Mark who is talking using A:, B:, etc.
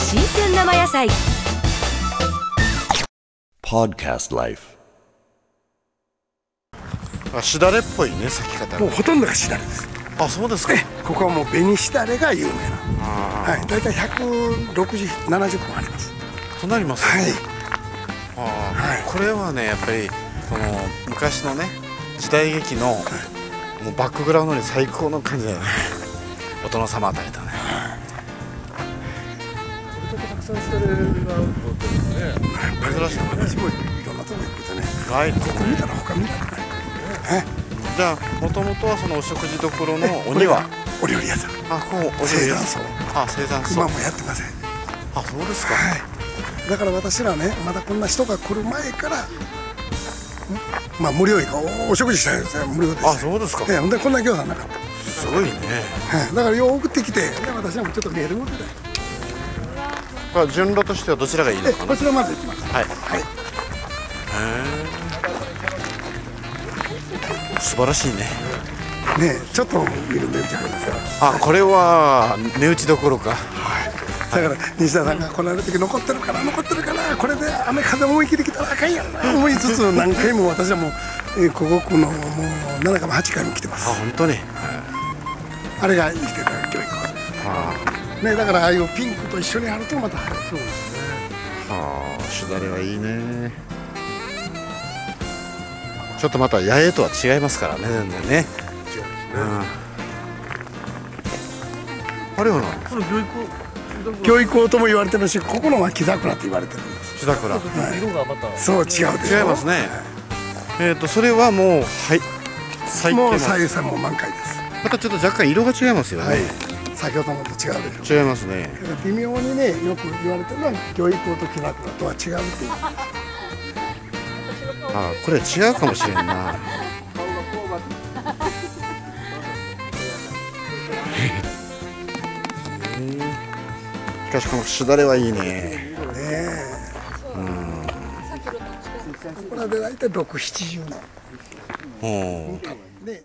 A: 生野菜
B: Podcast Life.
C: あしだれっぽいね咲き方
D: もう
C: が
D: ほとんどがしだれです
C: あそうですか
D: えここはもう紅しだれが有名なはい大体16070本あります
C: となりますね
D: はい
C: あ
D: はい
C: これはねやっぱりその昔のね時代劇のもうバックグラウンドに最高の感じだよねお殿様あたりだね珍しい
D: 私もいろんなとこ行くとね
C: はい
D: ここ見たら他見たらない
C: じゃあもともとはそのお食事どころのお庭
D: お料理屋さん
C: あこうお
D: 生
C: 庭
D: 産層
C: あ生産層
D: 今もやってませんは
C: あそうですか
D: いだから私らはねまだこんな人が来る前からんまあ無料以下おお食事したいですね無料です
C: あそうですか
D: ええほんでこんな餃子なかった
C: すごいね
D: はいだからよう送ってきてで私らもちょっと見えるもんでね
C: これは順路としてはどちらがいいの
D: え
C: かな
D: こちらまず行きます
C: はい
D: はい
C: 素晴らしいね
D: ねえちょっと見る目じゃないですか
C: あこれは値打ちどころか
D: だから西田さんが来られる時残ってるから残ってるからこれで雨風も思い切りきたらあかんやろな思いつつ何回も私はもうえー古国のもう7回も8回も来てま
C: あ
D: す
C: 本当に
D: あれが生きてた教育ねだからああいうピンクと一緒にあるとまたそうですね
C: ああしだれはいいねちょっとまた八重とは違いますからね全然ねうんあれはな
D: 教育王とも言われてるしここのは木桜って言われてるんです
C: しだくら違
D: そう違うでしょ
C: いますねえっ、とそれはもうはい最
D: もう
C: 低
D: 左
C: の
D: 右さんも満開です
C: またちょっと若干色が違いますよね、
D: はい先ほどのと違うでしょ
C: 違いますね
D: だから微妙にねよく言われてるのは教育王と木桜とは違うっていう
C: あこれ違うかもしれんなしかしこのしだれはいいね
D: これで大体670年で